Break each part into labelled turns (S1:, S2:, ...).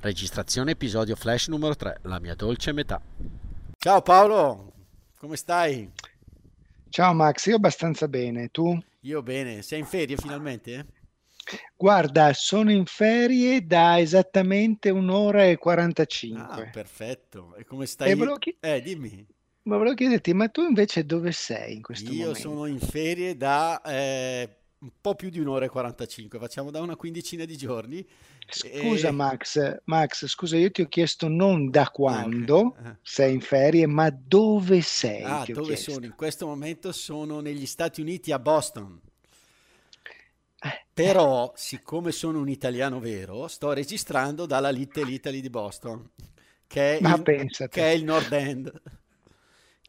S1: Registrazione episodio flash numero 3, la mia dolce metà.
S2: Ciao Paolo, come stai?
S3: Ciao Max, io abbastanza bene, tu?
S2: Io bene, sei in ferie finalmente?
S3: Guarda, sono in ferie da esattamente un'ora e 45.
S2: Ah, perfetto. E come
S3: E
S2: stai?
S3: volevo chi-
S2: Eh, dimmi.
S3: Ma volevo chiederti, ma tu invece dove sei in questo
S2: Io
S3: momento?
S2: sono in ferie da eh, un po' più di un'ora e 45, facciamo da una quindicina di giorni.
S3: Scusa
S2: e-
S3: Max, Max, scusa, io ti ho chiesto non da quando
S2: Ah, ok.
S3: sei in ferie, ma dove sei?
S2: Ah,
S3: ti ho
S2: dove
S3: chiesto.
S2: sono? In questo momento sono negli Stati Uniti a Boston.
S3: Eh,
S2: Però, siccome sono un italiano vero, sto registrando dalla Little Italy di Boston, che è
S3: Ma
S2: il-
S3: pensate.
S2: che è il Nord End.
S3: eh,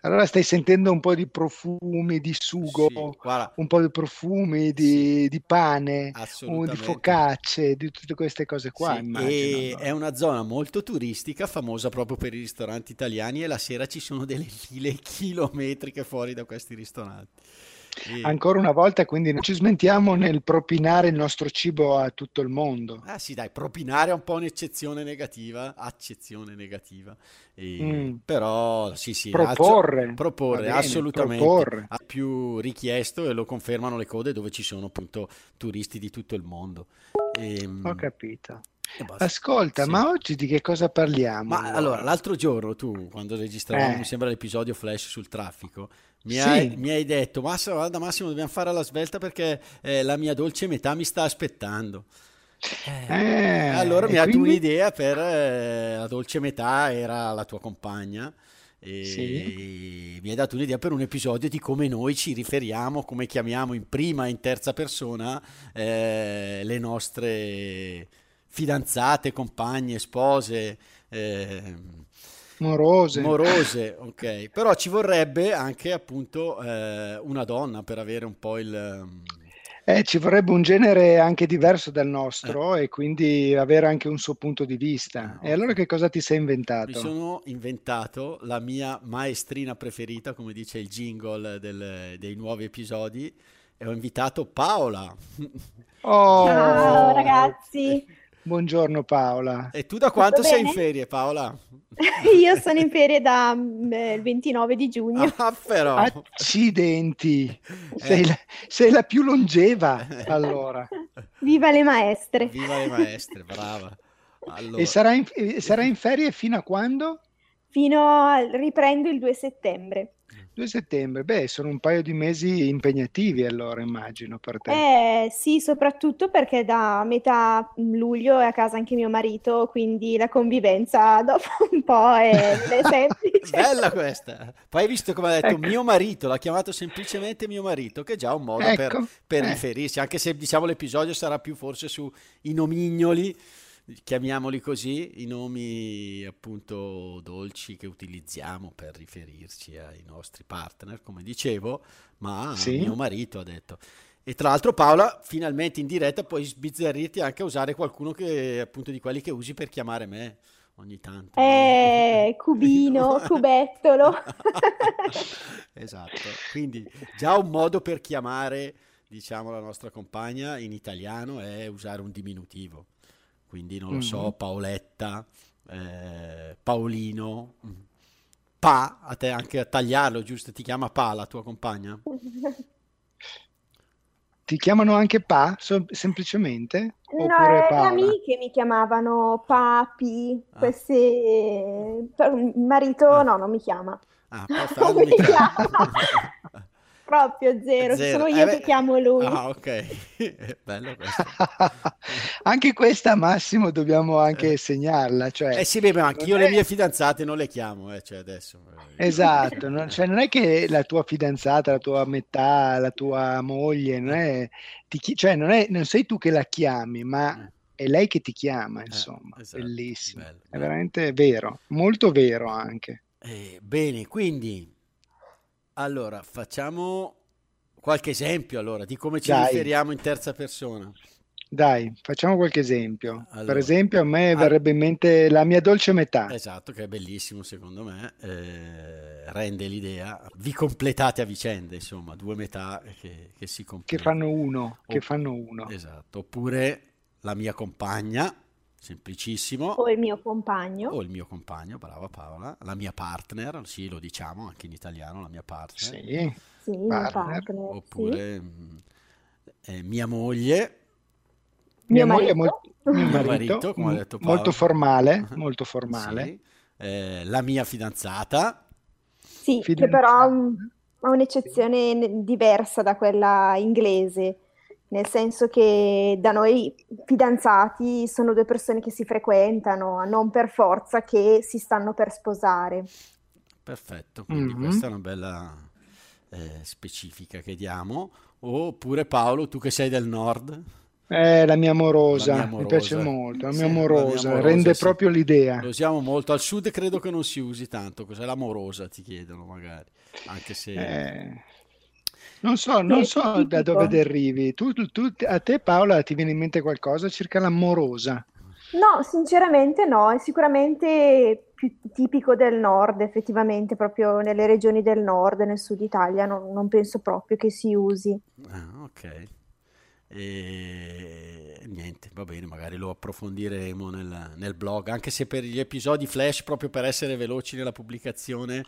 S3: Allora stai sentendo un po' di profumi di sugo,
S2: Sì, guarda,
S3: un po' di profumi di, di pane, un- di
S2: assolutamente.
S3: focacce, di tutte queste cose qua,
S2: Sì,
S3: immagino.
S2: e
S3: allora.
S2: è una zona molto turistica, famosa proprio per i ristoranti italiani e la sera ci sono delle file chilometriche fuori da questi ristoranti. E-
S3: Ancora una volta, quindi non ci smentiamo nel propinare il nostro cibo a tutto il mondo.
S2: Ah sì, dai, propinare è un po' un'eccezione negativa, accezione negativa, E-
S3: Mm.
S2: però sì sì,
S3: Proporre,
S2: alzo- proporre,
S3: va bene,
S2: assolutamente,
S3: proporre.
S2: Ha più richiesto e lo confermano le code dove ci sono appunto turisti di tutto il mondo. Ehm,
S3: Ho capito.
S2: e basta.
S3: Ascolta,
S2: Sì.
S3: ma oggi di che cosa parliamo?
S2: Ma allora, l'altro giorno tu, quando registravamo,
S3: Eh.
S2: mi sembra l'episodio flash sul traffico, mi,
S3: Sì.
S2: hai, mi hai detto, Massimo, guarda Massimo, dobbiamo fare alla svelta perché eh, la mia dolce metà mi sta aspettando. Eh,
S3: Eh,
S2: allora
S3: e
S2: mi ha dato
S3: quindi?
S2: un'idea per eh, la dolce metà, era la tua compagna, e mi hai dato un'idea per un episodio di come noi ci riferiamo, come chiamiamo in prima e in terza persona eh, le nostre fidanzate, compagne, spose. ehm,
S3: Morose.
S2: Morose, ok. Però ci vorrebbe anche appunto eh, una donna per avere un po' il... ehm,
S3: Eh, ci vorrebbe un genere anche diverso
S2: Eh.
S3: dal nostro e quindi avere anche un suo punto di vista.
S2: Ah,
S3: E allora
S2: ok.
S3: che cosa ti sei inventato?
S2: Mi sono inventato la mia maestrina preferita, come dice il jingle del- dei nuovi episodi, e ho invitato Paola.
S3: Oh,
S4: Ciao ragazzi,
S3: buongiorno Paola.
S2: E tu da quanto sei in
S4: bene?
S2: ferie, Paola?
S4: io sono in ferie da mm, eh, il 29 di giugno.
S2: Ah, però.
S3: Accidenti, sei
S2: Eh.
S3: la, sei la più longeva allora.
S4: Viva le maestre!
S2: Viva le maestre, brava. Allora,
S3: E sarà in, e sarà in ferie fino a quando?
S4: Fino al riprendo il 2 settembre.
S3: 2 settembre. Beh, sono un paio di mesi impegnativi allora, immagino, per te.
S4: Eh sì, soprattutto perché da metà mm, luglio è a casa anche mio marito, quindi la convivenza dopo un po' è, non è semplice.
S2: Bella questa. Poi hai visto come ha detto
S3: Ecco.
S2: mio marito, l'ha chiamato semplicemente mio marito, che è già un modo per,
S3: Ecco,
S2: per
S3: eh.
S2: riferirsi, anche se diciamo l'episodio sarà più forse su i nomignoli, chiamiamoli così, i nomi appunto dolci che utilizziamo per riferirci ai nostri partner, come dicevo, ma
S3: Sì.
S2: mio marito ha detto. E tra l'altro Paola, finalmente in diretta puoi sbizzarrirti anche a usare qualcuno che appunto di quelli che usi per chiamare me ogni tanto.
S4: Eh, cubino, cubettolo.
S2: Esatto, quindi già un modo per chiamare, diciamo, la nostra compagna in italiano è usare un diminutivo. Quindi non lo so,
S3: Mhm.
S2: Paoletta, eh, Paolino, Pa, a te anche a tagliarlo, giusto? Ti chiama Pa la tua compagna?
S3: Ti chiamano anche Pa, so- semplicemente?
S4: No,
S3: Oppure
S4: erano
S3: Paola?
S4: amiche mi chiamavano papi,
S2: Ah.
S4: questi... però il marito
S2: Ah.
S4: no, non mi chiama,
S2: Ah, perfetto,
S4: Non
S2: non mi
S4: mi
S2: chiama.
S4: proprio zero, sono io
S2: Eh,
S4: che
S2: beh.
S4: chiamo lui.
S2: Ah, ok, bello questo.
S3: Anche questa, Massimo, dobbiamo anche segnarla, cioè
S2: Eh sì, beh, ma anche io
S3: non
S2: le
S3: è-
S2: mie fidanzate non le chiamo, eh, cioè adesso.
S3: Esatto, non, cioè, non è
S2: Eh,
S3: che la tua fidanzata, la tua metà, la tua moglie, non è, ti chi- cioè, non è- non sei tu che la chiami, ma è lei che ti chiama, insomma,
S2: Eh, esatto,
S3: bellissimo.
S2: bello,
S3: È
S2: bello.
S3: veramente vero, molto vero anche.
S2: Eh, bene, quindi allora facciamo qualche esempio allora di come ci
S3: Dai.
S2: riferiamo in terza persona.
S3: Dai, facciamo qualche esempio. Per
S2: Allora.
S3: esempio, a me
S2: Ah.
S3: verrebbe in mente la mia dolce metà.
S2: Esatto, che è bellissimo secondo me, eh, rende l'idea. Vi completate a vicenda, insomma, due metà che, che si
S3: che
S2: completano.
S3: fanno uno, che
S2: Oh.
S3: fanno uno.
S2: Esatto, oppure la mia compagna, semplicissimo,
S4: o il mio compagno.
S2: o Oh, il mio compagno, brava Paola, la mia partner, sì, lo diciamo anche in italiano, la mia partner.
S3: Sì,
S4: Sì, il mio
S3: partner,
S4: partner, sì.
S2: Oppure mh, eh, mia moglie,
S3: mia
S4: Mio
S3: moglie è
S4: marito.
S3: molto, mio
S2: Mio
S3: marito,
S2: marito, come ha detto
S3: m- molto
S2: Paolo.
S3: formale,
S2: Ah,
S3: molto formale.
S2: sì, eh, la mia fidanzata,
S4: Sì, che
S3: Fidanzata.
S4: però ha un-
S3: eh?
S4: ha un'eccezione ne- diversa da quella inglese, nel senso che da noi fidanzati sono due persone che si frequentano, non per forza che si stanno per sposare.
S2: perfetto, quindi
S4: Mm.
S3: Mhm.
S2: questa è una bella eh, specifica che diamo. Oppure Paolo, tu che sei del nord,
S3: Eh, la mia amorosa,
S2: La mia
S3: mi piace
S2: amorosa.
S3: molto, la
S2: Sì,
S3: mia
S2: la mia
S3: amorosa,
S2: amorosa,
S3: rende
S2: sì.
S3: proprio l'idea.
S2: lo usiamo molto, al sud credo che non si usi tanto, cos'è l'amorosa ti chiedono magari, anche se...
S3: Eh, non so, non
S4: Sì,
S3: so da
S4: tipico.
S3: dove derivi. Tu, tu- tu- a te, Paola, ti viene in mente qualcosa circa l'amorosa?
S4: No, sinceramente no, è sicuramente più tipico del nord, effettivamente, proprio nelle regioni del nord, nel sud Italia, non, non penso proprio che si usi.
S2: Ah, ok. E niente, va bene, magari lo approfondiremo nel, nel blog, anche se per gli episodi flash, proprio per essere veloci nella pubblicazione,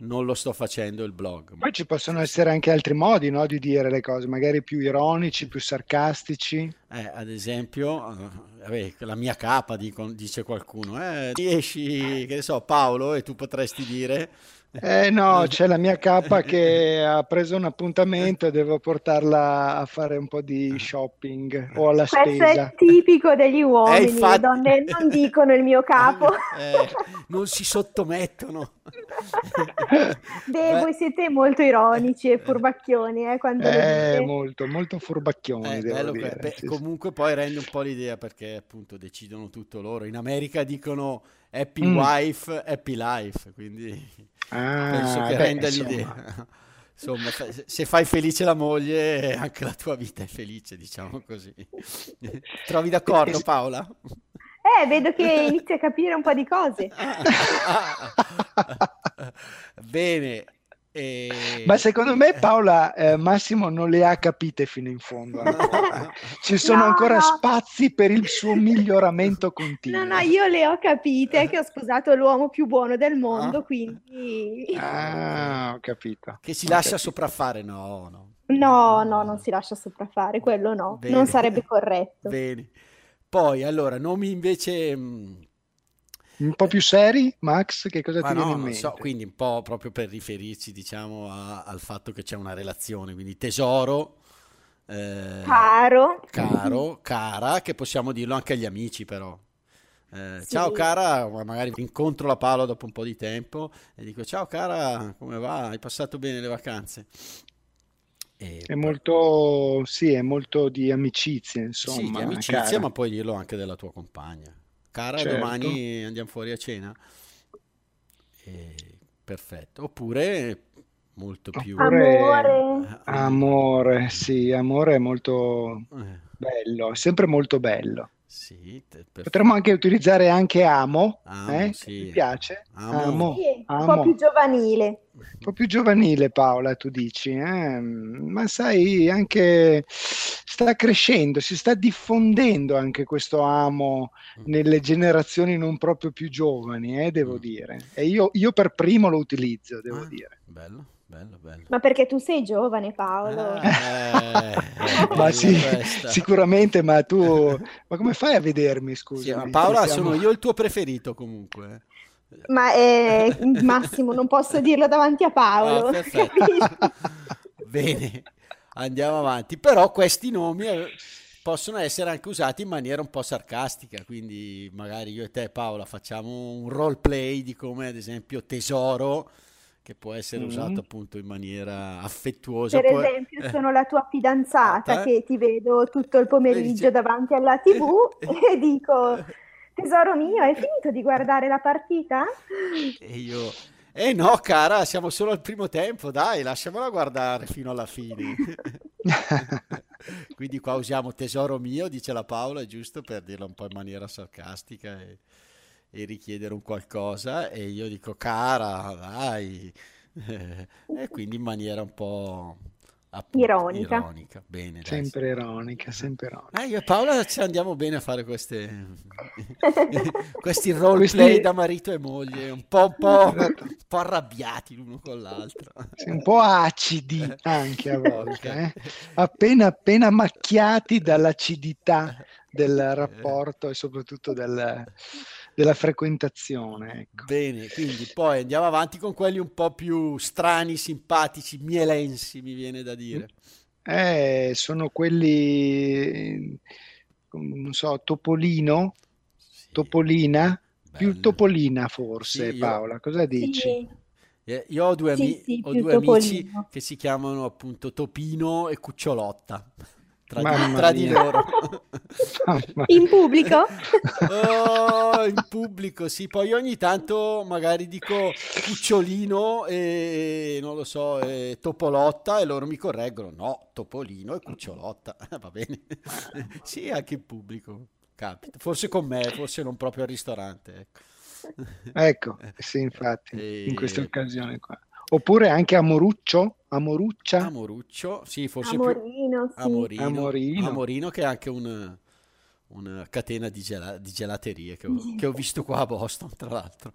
S2: non lo sto facendo il blog.
S3: Poi ci possono essere anche altri modi, no, di dire le cose, magari più ironici, più sarcastici.
S2: Eh, ad esempio, eh, vabbè, la mia capa dico- dice qualcuno, eh, riesci, che ne so, Paolo, e tu potresti dire...
S3: Eh no, c'è la mia cappa che ha preso un appuntamento e devo portarla a fare un po' di shopping o alla
S4: Questo
S3: spesa.
S4: è tipico degli uomini, le
S2: Eh, infatti-
S4: donne non dicono il mio capo.
S2: Eh, non si sottomettono.
S4: Beh, voi siete molto ironici
S2: Eh.
S4: e furbacchioni, eh, quando lo
S3: Eh,
S4: dite.
S3: molto, molto furbacchioni,
S2: Eh,
S3: devo
S2: bello que-
S3: dire.
S2: beh,
S3: Sì, sì.
S2: comunque poi rende un po' l'idea perché appunto decidono tutto loro. In America dicono happy
S3: Mm.
S2: wife, happy life, quindi
S3: Ah,
S2: penso che
S3: beh,
S2: renda
S3: insomma.
S2: l'idea. Insomma, fa- se- se fai felice la moglie, anche la tua vita è felice, diciamo così. Trovi d'accordo, Paola?
S4: Eh, vedo che inizi a capire un po' di cose.
S2: Bene. eh, e-
S3: Ma secondo me Paola eh, Massimo non le ha capite fino in fondo ancora. Ci sono
S4: No,
S3: ancora
S4: no.
S3: spazi per il suo miglioramento continuo.
S4: No, no, io le ho capite, che ho sposato l'uomo più buono del mondo, quindi...
S3: Ah, ho capito.
S2: Che si
S3: Ho
S2: lascia
S3: capito.
S2: sopraffare? No, no.
S4: No, no, non si lascia sopraffare, quello no,
S2: Bene.
S4: non sarebbe corretto.
S2: Bene. Poi, allora, nomi invece... mh,
S3: Un po' più seri, Max, che cosa
S2: ma
S3: ti
S2: no,
S3: viene in
S2: non so,
S3: mente?
S2: quindi un po' proprio per riferirci, diciamo, a- al fatto che c'è una relazione, quindi tesoro, eh,
S4: Caro,
S2: caro, cara, che possiamo dirlo anche agli amici però. Eh,
S4: Sì.
S2: Ciao cara, ma magari incontro la Paola dopo un po' di tempo e dico ciao cara, come va? Hai passato bene le vacanze? E
S3: È
S2: poi-
S3: molto, sì, è molto di
S2: Sì,
S3: amicizia,
S2: di
S3: insomma, eh,
S2: amicizia,
S3: cara.
S2: ma puoi dirlo anche della tua compagna. Cara,
S3: Certo.
S2: domani andiamo fuori a cena. E- perfetto. Oppure molto più...
S3: Oppure-
S4: amore,
S2: Ah,
S3: Amore, sì, amore è molto
S2: eh,
S3: bello, è sempre molto bello.
S2: sì, te- perfetto.
S3: Potremmo anche utilizzare anche amo,
S2: Amo,
S3: eh?
S2: sì.
S3: Ti piace?
S2: Amo.
S3: Amo,
S4: Sì, un po'
S3: amo.
S4: più giovanile.
S3: Un po' più giovanile, Paola, tu dici, eh? Ma sai, anche sta crescendo, si sta diffondendo anche questo amo nelle generazioni non proprio più giovani, eh, devo
S2: Mm.
S3: dire. E io, io per primo lo utilizzo, devo
S2: Ah,
S3: dire.
S2: Bello, bello, bello.
S4: Ma perché tu sei giovane, Paolo?
S2: Ah, eh,
S3: Ma sì,
S2: bella questa.
S3: sicuramente, ma tu, ma come fai a vedermi, scusa?
S2: Sì, ma Paola, sono io il tuo preferito comunque.
S4: Ma eh, Massimo, non posso dirlo davanti a Paolo,
S2: Ah, perfetto.
S4: capisci?
S2: Bene, andiamo avanti. Però questi nomi eh, possono essere anche usati in maniera un po' sarcastica, quindi magari io e te Paola facciamo un role play di come ad esempio tesoro che può essere usato appunto in maniera affettuosa.
S4: Mm. Per
S2: Poi-
S4: esempio,
S2: eh,
S4: sono la tua fidanzata
S2: eh.
S4: che ti vedo tutto il pomeriggio
S2: dice-
S4: davanti alla TV
S2: Eh.
S4: e dico: Tesoro mio, hai finito di guardare la partita?
S2: E io... Eh no, cara, siamo solo al primo tempo, dai, lasciamola guardare fino alla fine. Quindi qua usiamo tesoro mio, dice la Paola, giusto per dirla un po' in maniera sarcastica e, e richiedere un qualcosa. E io dico, cara, dai. E quindi in maniera un po' appunto,
S4: Ironica.
S2: ironica. Bene, dai.
S3: sempre ironica, sempre ironica.
S2: Ah, io e Paola ci andiamo bene a fare queste, questi role
S3: Questi-
S2: play da marito e moglie, un po', un po'-
S3: Esatto.
S2: un po' arrabbiati l'uno con l'altro.
S3: Sì, Un po' acidi anche a volte, eh. appena appena macchiati dall'acidità
S2: Eh,
S3: del rapporto e soprattutto del- della frequentazione. Ecco.
S2: Bene, quindi poi andiamo avanti con quelli un po' più strani, simpatici, mielensi, mi viene da dire.
S3: Eh, sono quelli, eh, non so, Topolino,
S2: Sì.
S3: Topolina, più
S2: Bello.
S3: Topolina forse,
S2: Sì, io-
S3: Paola, cosa dici?
S4: Sì,
S2: Eh, Io ho due,
S4: Sì,
S2: ami-
S4: sì,
S2: ho
S4: più
S2: due amici
S4: Topolino.
S2: che si chiamano appunto Topino e Cucciolotta, tra di-
S3: Mamma
S2: tra di
S3: mia.
S2: loro.
S3: Mamma-
S4: in pubblico?
S2: Oh, in pubblico, sì. Poi ogni tanto magari dico cucciolino e non lo so, e topolotta e loro mi correggono. No, topolino e cucciolotta. Va bene. Sì, anche in pubblico. Capita. Forse con me, forse non proprio al ristorante. Ecco.
S3: Ecco, sì, infatti,
S2: E-
S3: in queste occasioni qua. Oppure anche Amoruccio, Amoruccia,
S2: Amoruccio, sì, forse più
S4: Amorino, sì.
S2: Amorino,
S3: Amorino.
S2: Amorino, che è anche un- una catena di, gela- di gelaterie che ho, che ho visto qua a Boston, tra l'altro.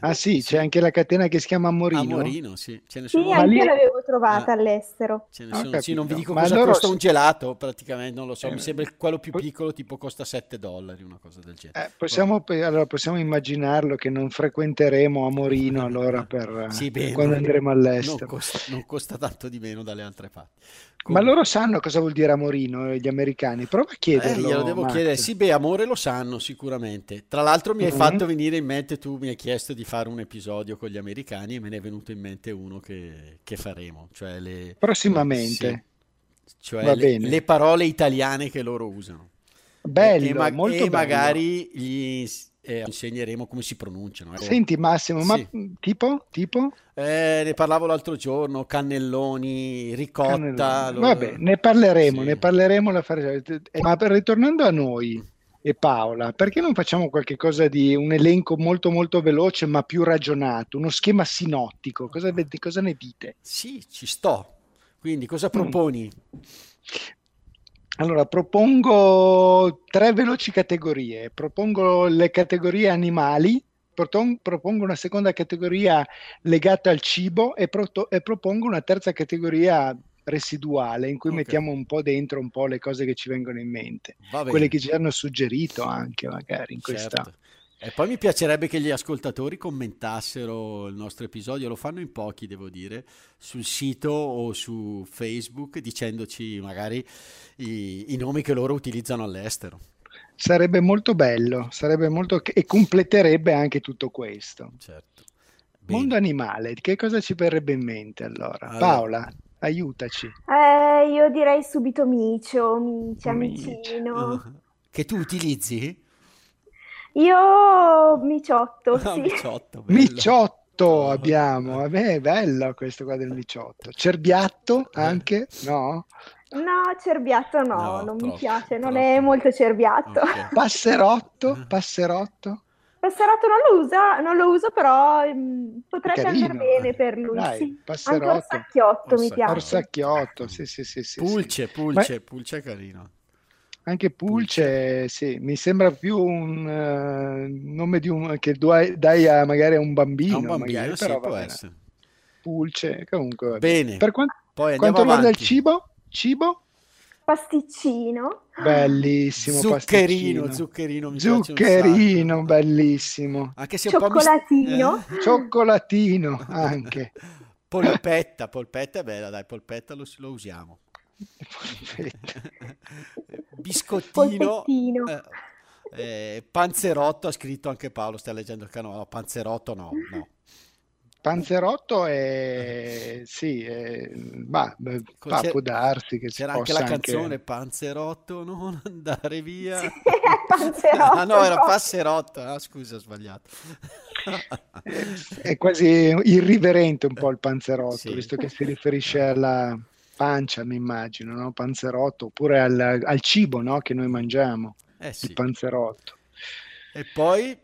S3: Ah sì, c'è anche la catena che si chiama Amorino.
S2: Amorino, sì. Ce ne
S4: Sì,
S2: sono
S3: Ma
S4: anche
S3: lì-
S4: io l'avevo trovata
S2: Ah.
S4: all'estero.
S2: Ce ne
S3: Ho
S2: sono, sì, non vi
S3: Ah, capito.
S2: dico
S3: Ma
S2: cosa
S3: allora
S2: costa
S3: se-
S2: un gelato, praticamente, non lo so,
S3: Eh,
S2: mi sembra quello più
S3: poi-
S2: piccolo tipo costa 7 dollari, una cosa del genere.
S3: Eh, possiamo, pe- allora, possiamo immaginarlo che non frequenteremo Amorino allora per,
S2: Sì, beh,
S3: Eh, quando
S2: non-
S3: andremo
S2: Non
S3: all'estero.
S2: costa, non costa tanto di meno dalle altre parti.
S3: Ma
S2: Comunque-
S3: loro sanno cosa vuol dire Amorino, eh, gli americani? Prova a
S2: Eh,
S3: chiederlo.
S2: glielo devo
S3: Max.
S2: chiedere. Sì, beh, amore lo sanno sicuramente. Tra l'altro, mi hai
S3: Mhm.
S2: fatto venire in mente, tu mi hai chiesto di fare un episodio con gli americani e me ne è venuto in mente uno che, che faremo, cioè le,
S3: Prossimamente.
S2: sì, cioè
S3: Va
S2: le-
S3: bene.
S2: le parole italiane che loro usano.
S3: Bello,
S2: e, ma-
S3: molto
S2: e
S3: bello.
S2: magari gli ins- eh, insegneremo come si pronunciano. ecco.
S3: Senti Massimo, ma
S2: Sì.
S3: mh, tipo? Tipo?
S2: Eh, ne parlavo l'altro giorno, cannelloni, ricotta.
S3: Cannelloni.
S2: lo-
S3: Vabbè, ne parleremo,
S2: Sì.
S3: ne parleremo. la fare- eh, Ma per- ritornando a noi e Paola, perché non facciamo qualche cosa di un elenco molto molto veloce ma più ragionato, uno schema sinottico? Cosa, avete- cosa ne dite?
S2: Sì, ci sto. Quindi
S3: Mm.
S2: cosa proponi?
S3: Allora, propongo tre veloci categorie. Propongo le categorie animali, proton- propongo una seconda categoria legata al cibo e, proto- e propongo una terza categoria residuale in cui
S2: Ok.
S3: mettiamo un po' dentro un po' le cose che ci vengono in mente,
S2: Va bene,
S3: quelle che ci hanno suggerito anche magari in questa.
S2: certo. E poi mi piacerebbe che gli ascoltatori commentassero il nostro episodio, lo fanno in pochi devo dire, sul sito o su Facebook dicendoci magari i, i nomi che loro utilizzano all'estero.
S3: Sarebbe molto bello, sarebbe molto e completerebbe anche tutto questo.
S2: Certo. Bene.
S3: Mondo animale, che cosa ci verrebbe in mente allora?
S2: Allora.
S3: Paola, aiutaci.
S4: Eh, io direi subito micio, mici,
S3: Micio.
S4: amicino.
S2: Ah, Che tu utilizzi?
S4: Io miciotto,
S2: Ah,
S4: sì.
S2: Miciotto, bello.
S3: Oh, Miciotto
S2: Ah.
S3: abbiamo, a me è bello questo qua del miciotto. Cerbiatto
S2: Eh.
S3: anche? No?
S4: No, cerbiatto no,
S2: No,
S4: non mi
S2: troppo,
S4: piace, non
S2: troppo. Ah.
S4: è molto cerbiatto.
S2: Ok.
S3: Passerotto?
S2: Eh.
S3: Passerotto?
S4: Passerotto non lo usa, non lo uso, però mm, potrebbe
S3: Carino,
S4: andare bene
S3: eh.
S4: per lui,
S3: Dai,
S4: sì. Anche
S3: passerotto.
S4: orsacchiotto mi
S2: Orsacchiotto.
S4: piace.
S3: Orsacchiotto, sì, sì, sì, sì, sì.
S2: Pulce, pulce, pulce è carino.
S3: Anche Pulce, sì, mi sembra più un eh, nome di un, che dai, dai a, magari a un
S2: È
S3: bambino,
S2: un bambino,
S3: magari,
S2: sì,
S3: però va
S2: può
S3: bene.
S2: essere.
S3: Pulce, comunque. va bene.
S2: Bene,
S3: Per quan-
S2: poi andiamo
S3: quanto riguarda il
S2: avanti.
S3: cibo? Cibo?
S4: Pasticcino.
S3: Bellissimo,
S2: Ah, Zuccherino,
S3: pasticcino.
S2: zuccherino, mi piace un
S3: Zuccherino,
S2: sacco.
S3: bellissimo.
S2: Anche se un po' mi-
S4: Cioccolatino.
S2: Eh.
S3: Cioccolatino anche.
S2: Polpetta, polpetta è bella, dai, polpetta lo, lo usiamo. eh, Biscottino.
S4: Polpettino.
S2: eh, eh, panzerotto ha scritto anche Paolo, stai leggendo il canale. No, panzerotto no, no.
S3: Panzerotto è sì, è, bah, bah, può darsi che
S2: c'era
S3: si
S2: anche
S3: possa
S2: la canzone
S3: anche-
S2: Panzerotto, non andare via.
S4: Sì, Panzerotto.
S2: Ah no, era Passerotto. Ah, scusa, ho sbagliato.
S3: È quasi irriverente un po' il panzerotto,
S2: Sì.
S3: visto che si riferisce alla pancia, mi immagino, no? panzerotto, oppure al, al cibo no? che noi mangiamo,
S2: Eh sì.
S3: il panzerotto.
S2: E poi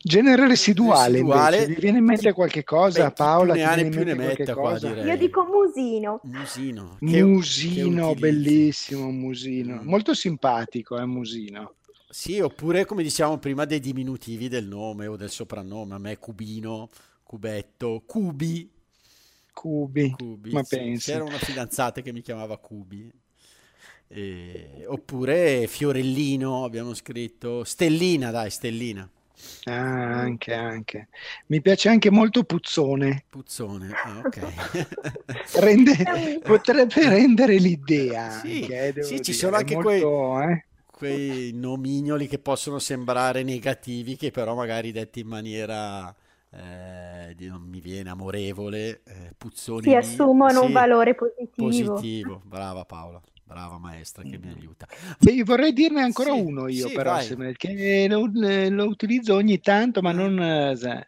S3: Genere residuale,
S2: Residuale.
S3: invece, vi viene in mente qualche cosa,
S2: Beh, chi
S3: Paola?
S2: più
S3: Ti
S2: ne ha
S3: viene
S2: ne più
S3: in
S2: ne
S3: mente qualche
S2: metta qua,
S3: cosa?
S2: direi.
S4: Io dico musino.
S2: Musino. che-
S3: Musino,
S2: che utilizzi.
S3: bellissimo Musino,
S2: Mm.
S3: molto simpatico, eh, Musino.
S2: Sì, oppure come dicevamo prima dei diminutivi del nome o del soprannome, a me è Cubino, Cubetto, Cubi,
S3: Cubi,
S2: Cubi,
S3: Mm, ma
S2: sì.
S3: pensi.
S2: C'era una fidanzata che mi chiamava Cubi. E- oppure Fiorellino, abbiamo scritto Stellina, dai, Stellina, Mm.
S3: Ah, anche, anche. Mi piace anche molto Puzzone,
S2: Puzzone. Ah, ok.
S3: Rende- potrebbe rendere l'idea.
S2: Eh. Sì,
S3: anche, eh, devo
S2: sì, ci
S3: dire.
S2: sono anche
S3: Molto, eh.
S2: quei nomignoli che possono sembrare negativi, che però magari detti in maniera eh, di- non mi viene amorevole, eh, puzzoni
S4: Si
S2: di-
S4: assumono
S2: sì,
S4: un valore positivo.
S2: positivo. Brava Paola, brava maestra che mi aiuta.
S3: Beh, vorrei dirne ancora
S2: Sì,
S3: uno io,
S2: sì,
S3: però,
S2: vai. Mm.
S3: se me- che lo, eh, lo utilizzo ogni tanto, ma non eh, sa-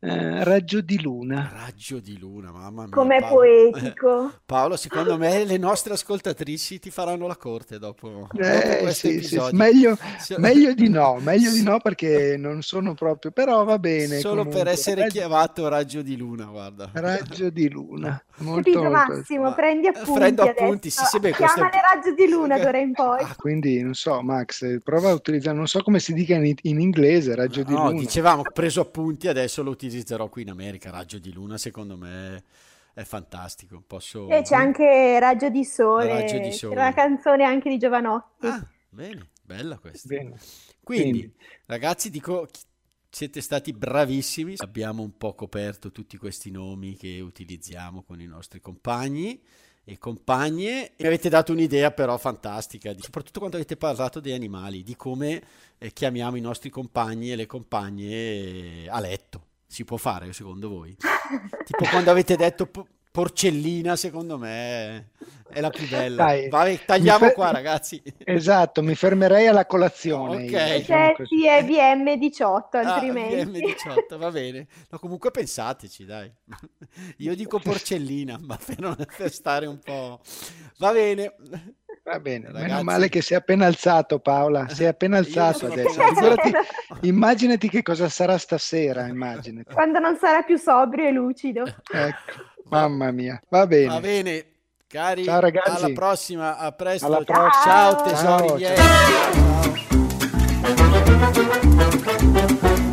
S3: eh, raggio di luna.
S2: Raggio di luna, mamma mia.
S4: Com'è
S2: Paola.
S4: poetico.
S2: Paolo, secondo me le nostre ascoltatrici ti faranno la corte dopo, dopo
S3: Eh,
S2: questo
S3: sì, sì,
S2: episodio.
S3: meglio,
S2: Se-
S3: meglio di no, meglio di
S2: Sì.
S3: no perché non sono proprio, però va bene.
S2: Solo per
S3: comunque.
S2: essere
S3: Raggio-
S2: chiamato Raggio di Luna, guarda.
S3: Raggio di luna, molto,
S4: Capito
S3: molto-
S4: Massimo,
S2: Ma-
S4: prendi
S2: eh,
S4: appunti
S2: prendo
S4: adesso.
S2: appunti, sì, sì, beh, questo è-
S4: Chiamale Raggio di Luna d'ora in poi.
S2: Ah,
S3: Quindi non so, Max, eh, prova a utilizzare, non so come si dica in, in inglese, raggio di
S2: No,
S3: luna.
S2: dicevamo, ho preso appunti, adesso lo utilizzerò qui in America. Raggio di luna, secondo me, è fantastico. Posso...
S4: E c'è anche Raggio di Sole.
S2: Raggio di Sole.
S4: C'era una canzone anche di Giovanotti.
S2: Ah, bene, bella questa.
S3: Bene.
S2: Quindi,
S3: Quindi.
S2: ragazzi, dico, chi- siete stati bravissimi. Abbiamo un po' coperto tutti questi nomi che utilizziamo con i nostri compagni e compagne. Mi avete dato un'idea però fantastica, di- soprattutto quando avete parlato degli animali, di come eh, chiamiamo i nostri compagni e le compagne eh, a letto. Si può fare, secondo voi? Tipo quando avete detto po- porcellina, secondo me è la più bella.
S3: Dai,
S2: Vai, tagliamo
S3: mi fe-
S2: qua, ragazzi.
S3: Esatto, mi fermerei alla colazione.
S2: Ok.
S3: io, diciamo
S4: C'è
S3: così.
S4: CBM 18
S2: Ah,
S4: altrimenti.
S2: BM18, va bene. No, comunque pensateci, dai. Io dico porcellina, ma per, non, per stare un po'... Va bene.
S3: Va bene, meno
S2: Ragazzi.
S3: male che sei appena alzato Paola, sei appena
S2: Io
S3: alzato
S2: sono
S3: adesso.
S2: appena alzato.
S3: Figurati, immaginati che cosa sarà stasera, immaginati.
S4: Quando non sarà più sobrio e lucido.
S3: Ecco, mamma mia. Va bene.
S2: Va bene, cari.
S3: Ciao, ragazzi.
S2: Alla prossima, a presto.
S3: Alla
S4: prossima.
S2: Ciao tesori
S3: Ciao,
S2: miei.
S3: ciao.
S2: Ciao, ciao.